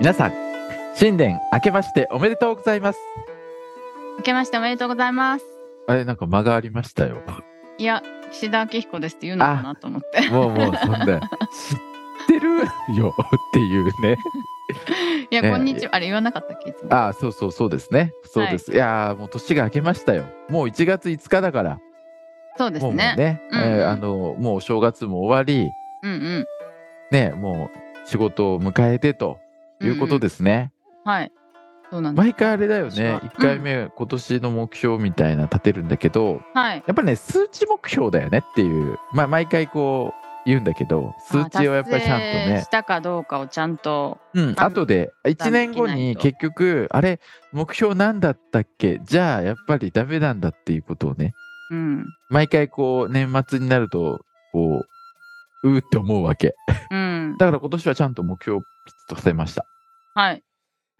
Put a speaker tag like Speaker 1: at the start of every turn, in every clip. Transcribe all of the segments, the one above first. Speaker 1: 皆さん新年明けましておめでとうございます
Speaker 2: 明けましておめでとうございます。
Speaker 1: あれなんか間がありましたよ
Speaker 2: いや、岸田明彦ですって言うのかなと思って。
Speaker 1: もうもうそんな知ってるよっていうね
Speaker 2: いや、
Speaker 1: ね
Speaker 2: こんにちは。あれ言わなかったっけいつも
Speaker 1: ああそうそうそうですねそうです、い、やーもう年が明けましたよもう1月5日だから
Speaker 2: そうです
Speaker 1: もうもう
Speaker 2: ね。
Speaker 1: ね、
Speaker 2: うん
Speaker 1: えーあのもうお正月も終わり
Speaker 2: うんうん。
Speaker 1: ねもう仕事を迎えてということですね、
Speaker 2: うんうん。はい。そうなんです。
Speaker 1: 毎回あれだよ
Speaker 2: そう
Speaker 1: ね1回目、今年の目標みたいな立てるんだけど
Speaker 2: はい。
Speaker 1: やっぱね数値目標だよねっていうまあ毎回こう言うんだけど数値をやっぱりちゃんと
Speaker 2: まあ達成
Speaker 1: ね
Speaker 2: したかどうかをちゃんと。
Speaker 1: うん、
Speaker 2: あ
Speaker 1: 後で1年後
Speaker 2: できない
Speaker 1: に
Speaker 2: と
Speaker 1: 結局あれ目標なんだったっけじゃあやっぱりダメなんだっていうことをね
Speaker 2: うん。
Speaker 1: 毎回こう年末になるとこううーって思うわけ
Speaker 2: うん。
Speaker 1: だから今年はちゃんと目標をピッと立てました
Speaker 2: はい。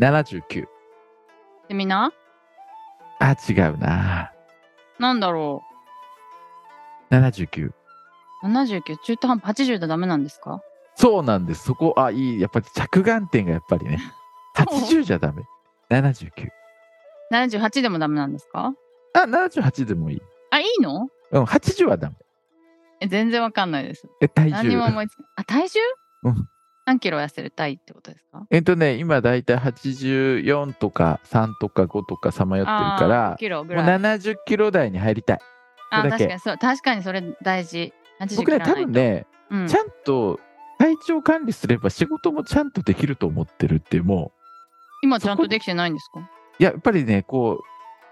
Speaker 1: 79
Speaker 2: で、みんな
Speaker 1: あ違うな
Speaker 2: なんだろ
Speaker 1: 79
Speaker 2: う。79、中途半端、80じゃダメなんですか
Speaker 1: そうなんですそこあいいやっぱり着眼点がやっぱり ね80じゃダメ79
Speaker 2: ?78 でもダメなんですか
Speaker 1: あ78でもいい
Speaker 2: あ、いいの
Speaker 1: うん80はダメ
Speaker 2: え、全然わかんないです。
Speaker 1: え体
Speaker 2: 何
Speaker 1: 重
Speaker 2: も思いつかあ、体重
Speaker 1: うん
Speaker 2: 何キロ痩せる体ってことですか
Speaker 1: えっとね、今だいたい84とか3とか5とかさまよってるか
Speaker 2: あー5
Speaker 1: ら、
Speaker 2: キロぐ
Speaker 1: もう
Speaker 2: らい。
Speaker 1: 70キロ台に入りたい。
Speaker 2: あ
Speaker 1: それだけ
Speaker 2: 確かにそう確かにそれ大事。80
Speaker 1: 僕ね、多分ね、
Speaker 2: 切らないと、うん
Speaker 1: ちゃんと体調管理すれば仕事もちゃんとできると思ってるっていう、も
Speaker 2: 今ちゃんとできてないんですか
Speaker 1: う、いややっぱりね、こう、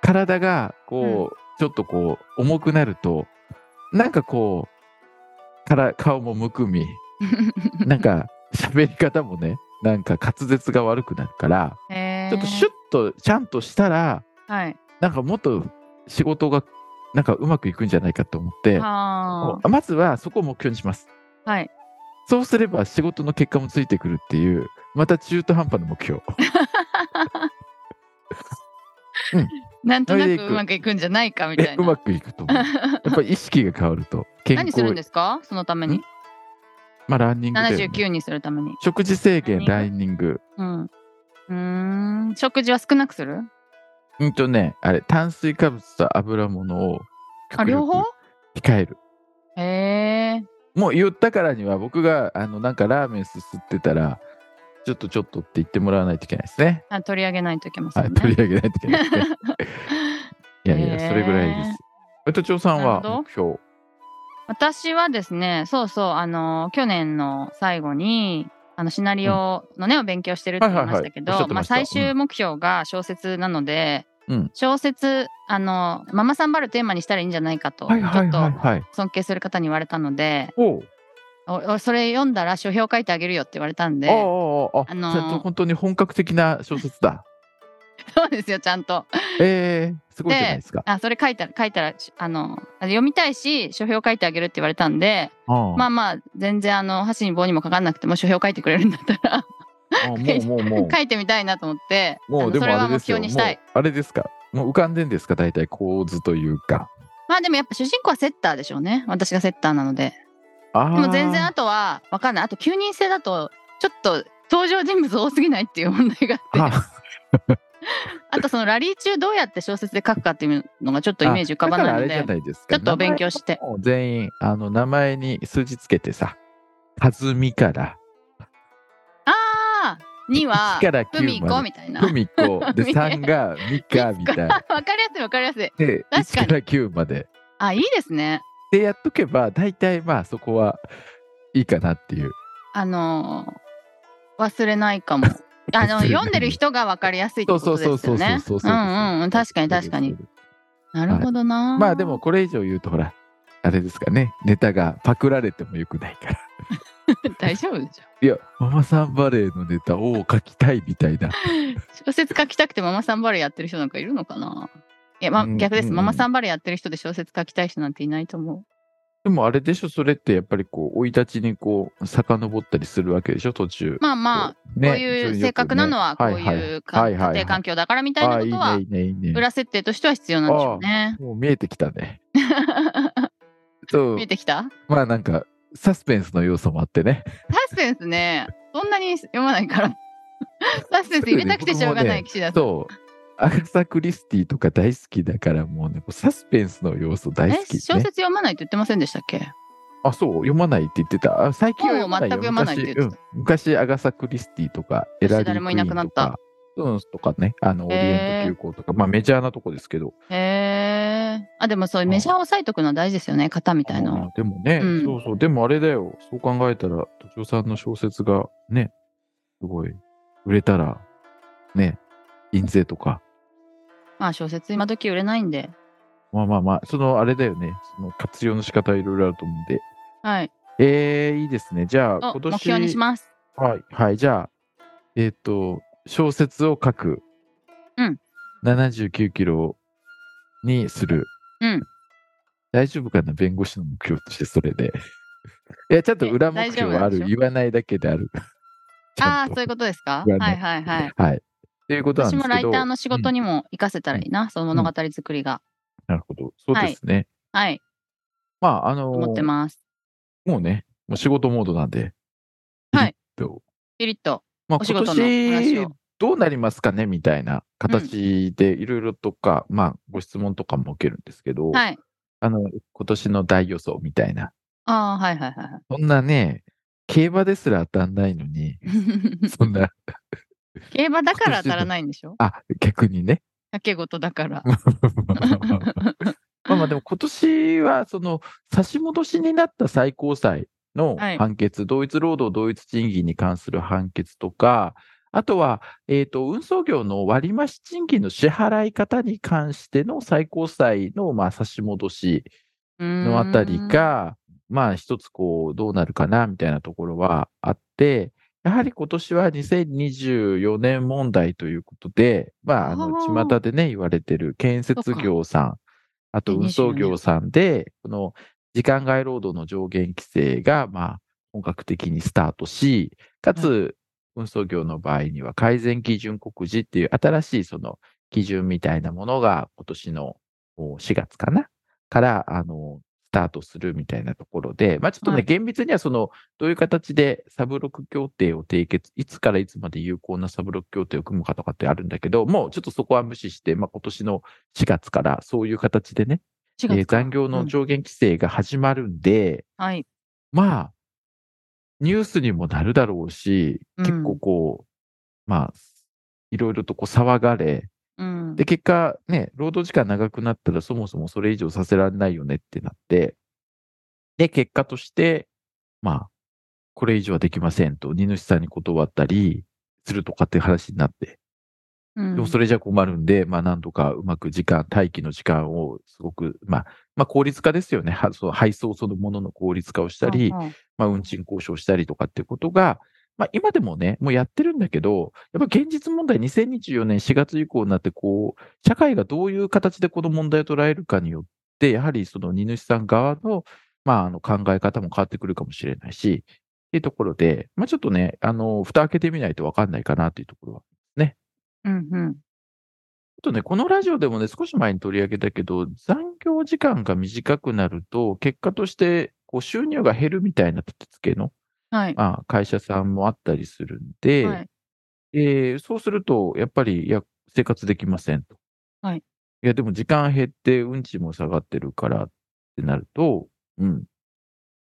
Speaker 1: 体が、こう、ちょっとこう、重くなると、なんかこう、から顔もむくみ、 なんか、喋り方もね、なんか滑舌が悪くなるから、
Speaker 2: え
Speaker 1: ちょっとシュッとちゃんとしたら、
Speaker 2: はい。
Speaker 1: なんかもっと仕事がなんかうまくいくんじゃないかと思って、
Speaker 2: は
Speaker 1: まずはそこを目標にします。
Speaker 2: あ。はい。
Speaker 1: そうすれば仕事の結果もついてくるっていう、また中途半端な目標。
Speaker 2: なんとな
Speaker 1: それ
Speaker 2: く
Speaker 1: でいく
Speaker 2: うまくいくんじゃないかみた
Speaker 1: え
Speaker 2: いな。
Speaker 1: うまくいくと 思う。やっぱり意識が変わると。健
Speaker 2: 何
Speaker 1: 康
Speaker 2: するんですかそのために
Speaker 1: ん。まあランニングだよね
Speaker 2: 79にするために。
Speaker 1: 食事制限、ラ
Speaker 2: ラ
Speaker 1: ンニング。
Speaker 2: うん。うーん。食事は少なくする
Speaker 1: うんとね、あれ、炭水化物と油物を
Speaker 2: あ、
Speaker 1: 極
Speaker 2: 両
Speaker 1: 力
Speaker 2: 方
Speaker 1: 控える。
Speaker 2: へえ。
Speaker 1: もう言ったからには僕があのなんかラーメンすすってたら、ちょっとちょっとって言ってもらわないといけないですね。
Speaker 2: あ取り上げないといけませ
Speaker 1: はい、
Speaker 2: んね。
Speaker 1: 取り上げないといけないです ね。いやい
Speaker 2: へ
Speaker 1: や、
Speaker 2: ー
Speaker 1: それぐらいです。えっと、長さんは
Speaker 2: なるほど
Speaker 1: 目標。
Speaker 2: 私はですね、そうそう、あの、去年の最後に、あの、シナリオのね、お勉強してるって言いましたけど、
Speaker 1: はいはいはいおっしゃって
Speaker 2: ま
Speaker 1: ま
Speaker 2: あ、
Speaker 1: した
Speaker 2: 最終目標が小説なので、
Speaker 1: うん
Speaker 2: 小説、あの、ママさんバルテーマにしたらいいんじゃないかと、ちょっと
Speaker 1: はい。
Speaker 2: 尊敬する方に言われたので、
Speaker 1: おう
Speaker 2: おおそれ読んだら書評書いてあげるよって言われた
Speaker 1: あ
Speaker 2: ん
Speaker 1: あ
Speaker 2: で、
Speaker 1: ああああ、
Speaker 2: あのー
Speaker 1: ちゃんと本当に本格的な小説だ。
Speaker 2: そうですよ、ちゃんと。
Speaker 1: ええすごいじゃないですか。
Speaker 2: あ、それ書いたら、書いたら、しあの、読みたいし、書評書いてあげるって言われたんで、
Speaker 1: ま
Speaker 2: まあまあ、全然、あの、箸に棒にもかかんなくても書評書いてくれるんだったら、
Speaker 1: あ、もうもうもう。
Speaker 2: 書いてみたいなと思ってあ
Speaker 1: もう
Speaker 2: の
Speaker 1: で
Speaker 2: そ
Speaker 1: も
Speaker 2: れ
Speaker 1: あ
Speaker 2: は
Speaker 1: れ
Speaker 2: 目
Speaker 1: ですよ。
Speaker 2: 標
Speaker 1: も
Speaker 2: に
Speaker 1: う
Speaker 2: したい
Speaker 1: あれですか。もう浮かんでんですか。大体構図というか。
Speaker 2: まあでもやっぱ主人公はセッターでしょうね私がセッターなので
Speaker 1: ああ。
Speaker 2: でも全然あとは分かんないあと9人制だとちょっと登場人物多すぎないっていう問題があって
Speaker 1: あ
Speaker 2: あとそのラリー中どうやって小説で書くかっていうのがちょっとイメージ浮かば
Speaker 1: だからあ
Speaker 2: ないの
Speaker 1: れじゃな
Speaker 2: で
Speaker 1: いですか。
Speaker 2: ちょっとお勉強して
Speaker 1: 名前も全員あの名前に数字つけてさ、かずみから
Speaker 2: ああ2は
Speaker 1: 1から
Speaker 2: 「
Speaker 1: 9
Speaker 2: 海行こ
Speaker 1: ま
Speaker 2: う」
Speaker 1: で。
Speaker 2: みたいな
Speaker 1: ふ
Speaker 2: 分
Speaker 1: みこで
Speaker 2: み
Speaker 1: 3がみかみたいな。
Speaker 2: かりやすい分かりやすい
Speaker 1: で、
Speaker 2: 確かに
Speaker 1: 1から9まで。
Speaker 2: あいいですね
Speaker 1: で、やっとけば、大体まあそこはいいかなっていう。
Speaker 2: あのー忘れないかも
Speaker 1: 忘れ
Speaker 2: あの
Speaker 1: ない
Speaker 2: 読んでる人が分かりやすいって
Speaker 1: そう
Speaker 2: こ
Speaker 1: そう
Speaker 2: と
Speaker 1: そう
Speaker 2: です
Speaker 1: そ
Speaker 2: よ
Speaker 1: うそうそう
Speaker 2: ねうんうんうん確かに確かに。なるほどな、
Speaker 1: まあでもこれ以上言うとほら、あれですかね、ネタがパクられてもよくないから。
Speaker 2: 大丈夫でしょ
Speaker 1: いや、ママさんバレーのネタを書きたいみたいな。
Speaker 2: 小説書きたくてママさんバレーやってる人なんかいるのかないや、ま
Speaker 1: うん
Speaker 2: 逆です、
Speaker 1: うん
Speaker 2: ママさんバレーやってる人で小説書きたい人なんていないと思
Speaker 1: でもあれでしょ、それってやっぱりこう、生い立ちにこう、遡ったりするわけでしょ、途中
Speaker 2: う。。まあまあ、
Speaker 1: こね
Speaker 2: こういう性格なのはこういうか
Speaker 1: はい
Speaker 2: 家
Speaker 1: はいはい
Speaker 2: 庭環境だからみたい
Speaker 1: あ
Speaker 2: な
Speaker 1: あ
Speaker 2: ことはい
Speaker 1: いね、いいね、いいね。
Speaker 2: 裏設定としては必要なんでしょうね。
Speaker 1: もう見えてきたね。そう
Speaker 2: 見えてきた
Speaker 1: まあなんか、サスペンスの要素もあってね。
Speaker 2: サスペンスね、そんなに読まな いから。サスペンス入れたくてしょうがない岸田さん。
Speaker 1: そう。アガサ・クリスティとか大好きだからもうね、こうサスペンスの要素大
Speaker 2: え
Speaker 1: 好き、ね。
Speaker 2: 小説読まないと言ってませんでしたっけ
Speaker 1: あ、そう、読まないって言ってた。あ最近は読まないよ
Speaker 2: 本を全く読まないって言って
Speaker 1: 昔うん昔、アガサ・クリスティとか、エラリー・クイ
Speaker 2: 誰もい
Speaker 1: ー
Speaker 2: な
Speaker 1: ン
Speaker 2: くなっ
Speaker 1: と
Speaker 2: た
Speaker 1: か、スンスとかね、あの、オリエント急行とか、まあメジャーなとこですけど。
Speaker 2: へえ。あ、でもそういうメジャーを押さえとくのは大事ですよね、型みたいなの
Speaker 1: あーでもね、
Speaker 2: うん
Speaker 1: そうそう、でもあれだよ。そう考えたら、土壌さんの小説がね、すごい、売れたら、ね、印税とか、
Speaker 2: まあ小説今時売れないんで。
Speaker 1: まあまあまあ、そのあれだよね、その活用の仕方いろいろあると思うんで。
Speaker 2: はい。
Speaker 1: えー、いいですね。じゃあ、
Speaker 2: を
Speaker 1: 今年。
Speaker 2: 目標にします。
Speaker 1: はい。はい、じゃあ、えっ、と、小説を書く。
Speaker 2: うん。
Speaker 1: 79キロにする。
Speaker 2: うん。
Speaker 1: 大丈夫かな弁護士の目標としてそれで。いや、ちゃんと裏目標はあ
Speaker 2: え大丈夫なんで
Speaker 1: る。
Speaker 2: し
Speaker 1: 言わないだけである。ちゃ
Speaker 2: あ
Speaker 1: ん
Speaker 2: あー、
Speaker 1: と
Speaker 2: そういうことですか
Speaker 1: 言わ
Speaker 2: は
Speaker 1: ない
Speaker 2: いはいはい。
Speaker 1: はい。っていうことなん
Speaker 2: 私
Speaker 1: です
Speaker 2: も
Speaker 1: けど。
Speaker 2: ライターの仕事にも活かせたらいいな、その物語作りが。
Speaker 1: うんなるほど。そうですね。
Speaker 2: はい、
Speaker 1: まあ、あのー
Speaker 2: 思ってます。
Speaker 1: もうね、もう仕事モードなんで。
Speaker 2: はい
Speaker 1: えっと。
Speaker 2: ピリッと。
Speaker 1: まあ、
Speaker 2: お仕
Speaker 1: 今
Speaker 2: 事の話を
Speaker 1: 年どうなりますかねみたいな形でいろいろとか、まあ、ご質問とかも受けるんですけど、
Speaker 2: はい。
Speaker 1: あの、今年の大予想みたいな。
Speaker 2: ああ、はいはいはいは
Speaker 1: そんなね、競馬ですら当たんないのに、
Speaker 2: い。
Speaker 1: そんな、
Speaker 2: 競馬だから当たらないんで しょ
Speaker 1: あ、逆にね。
Speaker 2: 賭け事だから。
Speaker 1: まあまあでも今年はその差し戻しになった最高裁の
Speaker 2: はい
Speaker 1: 判決、同一労働同一賃金に関する判決とか、あとは、えー、と運送業の割増賃金の支払い方に関しての最高裁のまあ差し戻し の
Speaker 2: の
Speaker 1: あたり。が、まあ一つこうどうなるかなみたいなところはあって、やはり今年は2024年問題ということで、まああ
Speaker 2: あ
Speaker 1: の
Speaker 2: ー
Speaker 1: 巷でね言われてる建設業さん、あと
Speaker 2: 2024
Speaker 1: 運送業さんで、この時間外労働の上限規制がまあ本格的にスタートし、かつ運送業の場合には改善基準告示っていう新しいその基準みたいなものが今年のお4月かなから、あの、スタートするみたいなところで、まあちょっとね、
Speaker 2: はい
Speaker 1: 厳密にはその、どういう形でサブロック協定を締結、いつからいつまで有効なサブロック協定を組むかとかってあるんだけど、もうちょっとそこは無視して、まあ今年の4月からそういう形でね、
Speaker 2: 4月
Speaker 1: えー残業の上限規制が始まるんで、
Speaker 2: はい。
Speaker 1: まあ、ニュースにもなるだろうし、
Speaker 2: うん
Speaker 1: 結構こう、まあ、いろいろとこう騒がれ、
Speaker 2: うん
Speaker 1: で、。結果、ね、労働時間長くなったらそもそもそれ以上させられないよねってなって、で、結果として、まあ、これ以上はできませんと、荷主さんに断ったりするとかって話になって、
Speaker 2: うん
Speaker 1: でもそれじゃ困るんで、まあ、なんとかうまく時間、待機の時間をすごく、まあ、まあ、効率化ですよね。はその配送そのものの効率化をしたり、
Speaker 2: うんうん
Speaker 1: まあ、運賃交渉したりとかっていうことが、まあ、今でもね、もうやってるんだけど、やっぱ現実問題、2024年4月以降になって、こう、社会がどういう形でこの問題を捉えるかによって、やはりその荷主さん側の、まあ、あの考え方も変わってくるかもしれないし、っていうところで、まあ、ちょっとね、あの、蓋開けてみないとわかんないかなっていうところは。
Speaker 2: うんうん。
Speaker 1: あとね、このラジオでもね、少し前に取り上げたけど、残業時間が短くなると、結果として、こう、収入が減るみたいな立て付けの、
Speaker 2: はい。
Speaker 1: まあ、会社さんもあったりするんで、
Speaker 2: はい
Speaker 1: えーそうすると、やっぱり、いや、生活できませんと。
Speaker 2: はい。
Speaker 1: いや、でも時間減って、運賃も下がってるからってなると、うん。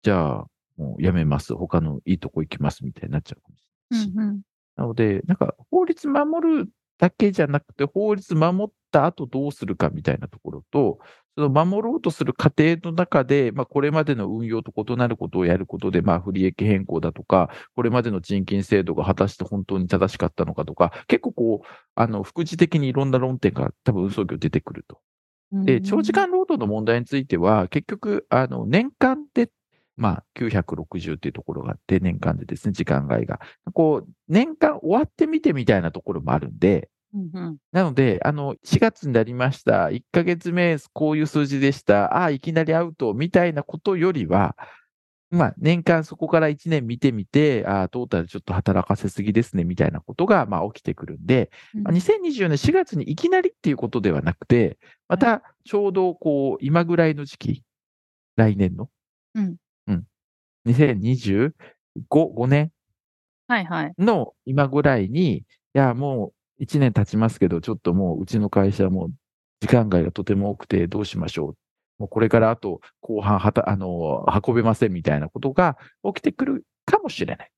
Speaker 1: じゃあ、もうやめます。他のいいとこ行きます。みたいになっちゃうかもし
Speaker 2: う
Speaker 1: れないし。
Speaker 2: んうん
Speaker 1: なので、なんか、法律守るだけじゃなくて、法律守った後どうするかみたいなところと、その守ろうとする過程の中で、まあ、これまでの運用と異なることをやることで、まあ、不利益変更だとか、これまでの賃金制度が果たして本当に正しかったのかとか、結構こう、あの、副次的にいろんな論点が多分運送業出てくるとで、長時間労働の問題については、結局、あの、年間で、まあ、960っていうところがあって、年間でですね、時間外が。こう、年間終わってみてみたいなところもあるんで、
Speaker 2: うんうん
Speaker 1: なので、あの、4月になりました、1ヶ月目、こういう数字でした、ああ、いきなりアウト、みたいなことよりは、まあ、年間そこから1年見てみて、ああ、トータルちょっと働かせすぎですね、みたいなことが、まあ、起きてくるんで、
Speaker 2: うん
Speaker 1: まあ2024年4月にいきなりっていうことではなくて、またちょうどこう今ぐらいの時期、来年の、
Speaker 2: うん
Speaker 1: うん、2025 5年
Speaker 2: はいはい。
Speaker 1: の今ぐらいに、いや、もう1年経ちますけど、ちょっともううちの会社はもう時間外がとても多くてどうしましょう。もうこれからあと後半はた、あの、運べませんみたいなことが起きてくるかもしれない。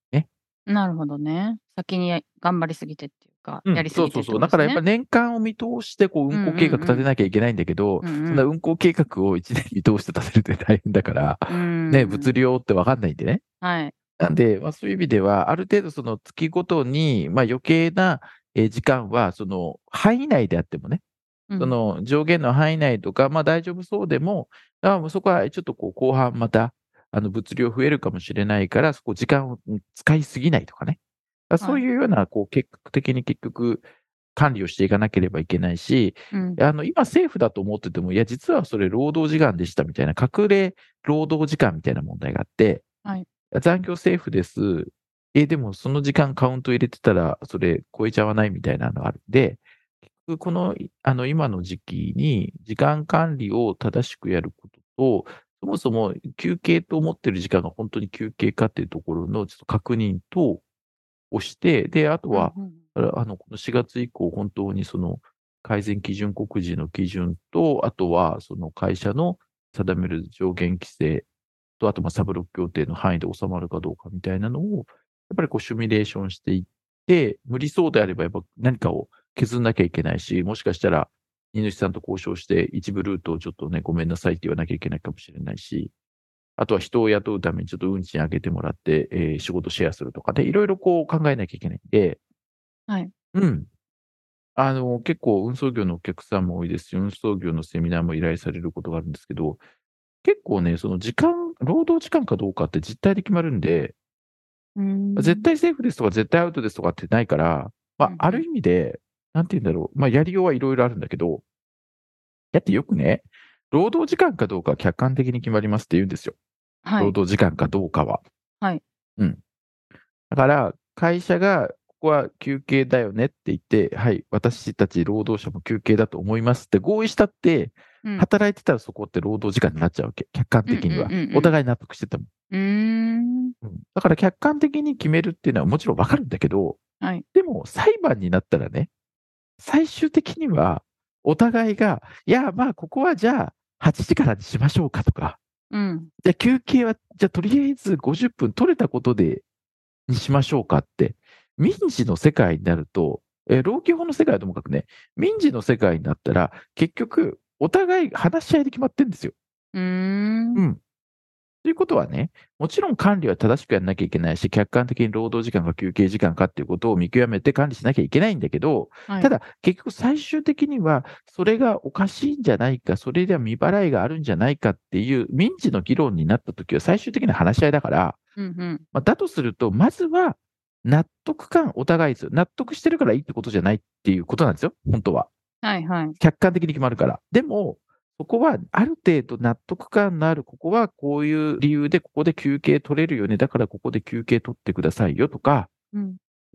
Speaker 2: なるほどね。先に頑張りすぎてっていうか、
Speaker 1: うん
Speaker 2: やりす
Speaker 1: そ
Speaker 2: ぎてっ
Speaker 1: う
Speaker 2: て
Speaker 1: そうそう。
Speaker 2: こと
Speaker 1: だ
Speaker 2: です
Speaker 1: から
Speaker 2: ね
Speaker 1: やっぱ年間を見通して、こう、運行計画立てなきゃいけないんだけど、
Speaker 2: うんうん
Speaker 1: そんな運行計画を1年見通して立てるって大変だから、
Speaker 2: うん
Speaker 1: ね、物量って分かんないんでね。
Speaker 2: はい。
Speaker 1: なんで、まあ、そういう意味では、ある程度その月ごとに、まあ、余計なえー時間は、その範囲内であってもね、
Speaker 2: うん
Speaker 1: その上限の範囲内とか、まあ大丈夫そうでも、あもうそこはちょっとこう後半またあの物量増えるかもしれないから、そこ時間をうん使いすぎないとかね。だからそういうような、こう、結果的に結局管理をしていかなければいけないし、
Speaker 2: うん
Speaker 1: あの、今政府だと思ってても、いや、実はそれ労働時間でしたみたいな、隠れ労働時間みたいな問題があって、
Speaker 2: はい
Speaker 1: 残業政府です。え、でもその時間カウント入れてたら、それ超えちゃわないみたいなのがあるんで、結局この、いあの、今の時期に時間管理を正しくやることと、そもそも休憩と思ってる時間が本当に休憩かっていうところのちょっと確認と、をして、で、あとは、
Speaker 2: うんうん
Speaker 1: だからあの、この4月以降、本当にその改善基準告示の基準と、あとはその会社の定める上限規制と、あとまあサブロック協定の範囲で収まるかどうかみたいなのを、やっぱりこうシミュレーションしていって、無理そうであればやっぱ何かを削んなきゃいけないし、もしかしたら、荷主さんと交渉して、一部ルートをちょっとね、ごめんなさいって言わなきゃいけないかもしれないし、あとは人を雇うためにちょっと運賃上げてもらって、えー仕事シェアするとかで、いろいろこう考えなきゃいけないんで、
Speaker 2: はい。
Speaker 1: うん。あの、結構運送業のお客さんも多いですし、運送業のセミナーも依頼されることがあるんですけど、結構ね、その時間、労働時間かどうかって実態で決まるんで、
Speaker 2: うん
Speaker 1: 絶対セーフですとか絶対アウトですとかってないから、ま
Speaker 2: うんうん
Speaker 1: あ、ある意味で、なんて言うんだろう、まあ、やりようはいろいろあるんだけど、やってよくね、労働時間かどうかは客観的に決まりますって言うんですよ。
Speaker 2: は
Speaker 1: 労
Speaker 2: い。
Speaker 1: 働時間かどうかは。
Speaker 2: はい。
Speaker 1: うん。だから、会社が、ここは休憩だよねって言って、はい、私たち労働者も休憩だと思いますって合意したって、
Speaker 2: うん
Speaker 1: 働いてたらそこって労働時間になっちゃうわけ。客観的には
Speaker 2: うんうんうんう。ん
Speaker 1: お互い納得してたもん。
Speaker 2: うーん。
Speaker 1: うんだから客観的に決めるっていうのはもちろんわかるんだけど、
Speaker 2: はい
Speaker 1: でも裁判になったらね、最終的にはお互いが、いや、まあここはじゃあ8時からにしましょうかとか、
Speaker 2: うん。
Speaker 1: じゃあ休憩は、じゃあとりあえず50分取れたことで、にしましょうかって、民事の世界になると、えー労基法の世界はともかくね、民事の世界になったら、結局、お互い話し合いで決まってるんですよ。
Speaker 2: うーん。
Speaker 1: うん。ということはね、もちろん管理は正しくやらなきゃいけないし、客観的に労働時間か休憩時間かっていうことを見極めて管理しなきゃいけないんだけど、
Speaker 2: はい
Speaker 1: ただ結局最終的には、それがおかしいんじゃないか、それでは未払いがあるんじゃないかっていう民事の議論になったときは最終的な話し合いだから、
Speaker 2: うんうん。
Speaker 1: まあ、だとすると、まずは納得感お互いですよ。納得してるからいいってことじゃないっていうことなんですよ、本当は。
Speaker 2: はいはい。
Speaker 1: 客観的に決まるから。でも、そこはある程度納得感のある、ここはこういう理由で、ここで休憩取れるよね、だからここで休憩取ってくださいよとか、やっ
Speaker 2: うん。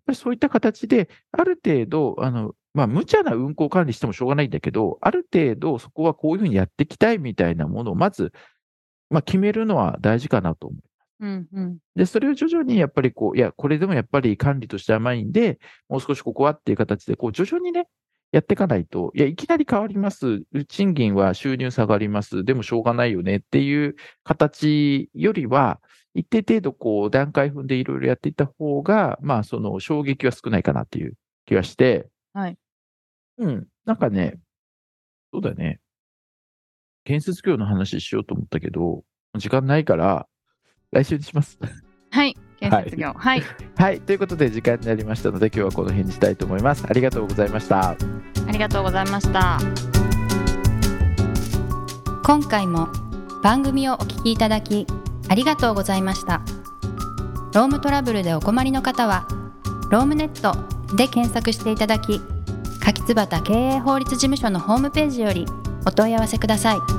Speaker 1: ぱりそういった形で、ある程度、あの、まあ、無茶な運行管理してもしょうがないんだけど、ある程度、そこはこういうふうにやっていきたいみたいなものを、まず、まあ、決めるのは大事かなと思う。
Speaker 2: うんうん。
Speaker 1: で、それを徐々にやっぱりこう、いや、これでもやっぱり管理として甘いんで、もう少しここはっていう形で、こう、徐々にね、やっていかないと、いや、いきなり変わります。賃金は収入下がります。でもしょうがないよねっていう形よりは、一定程度こう、段階踏んでいろいろやっていった方が、まあ、その衝撃は少ないかなっていう気がして、
Speaker 2: はい。
Speaker 1: うん。なんかね、そうだね。建設業の話しようと思ったけど、時間ないから、来週にします。
Speaker 2: はい。建設業。はい。
Speaker 1: はい、ということで時間になりましたので今日はこの辺にしたいと思います。ありがとうございました。
Speaker 2: ありがとうございました。
Speaker 3: 今回も番組をお聞きいただきありがとうございましたロームトラブルでお困りの方は「ロームネット」で検索していただき柿椿経営法律事務所のホームページよりお問い合わせください。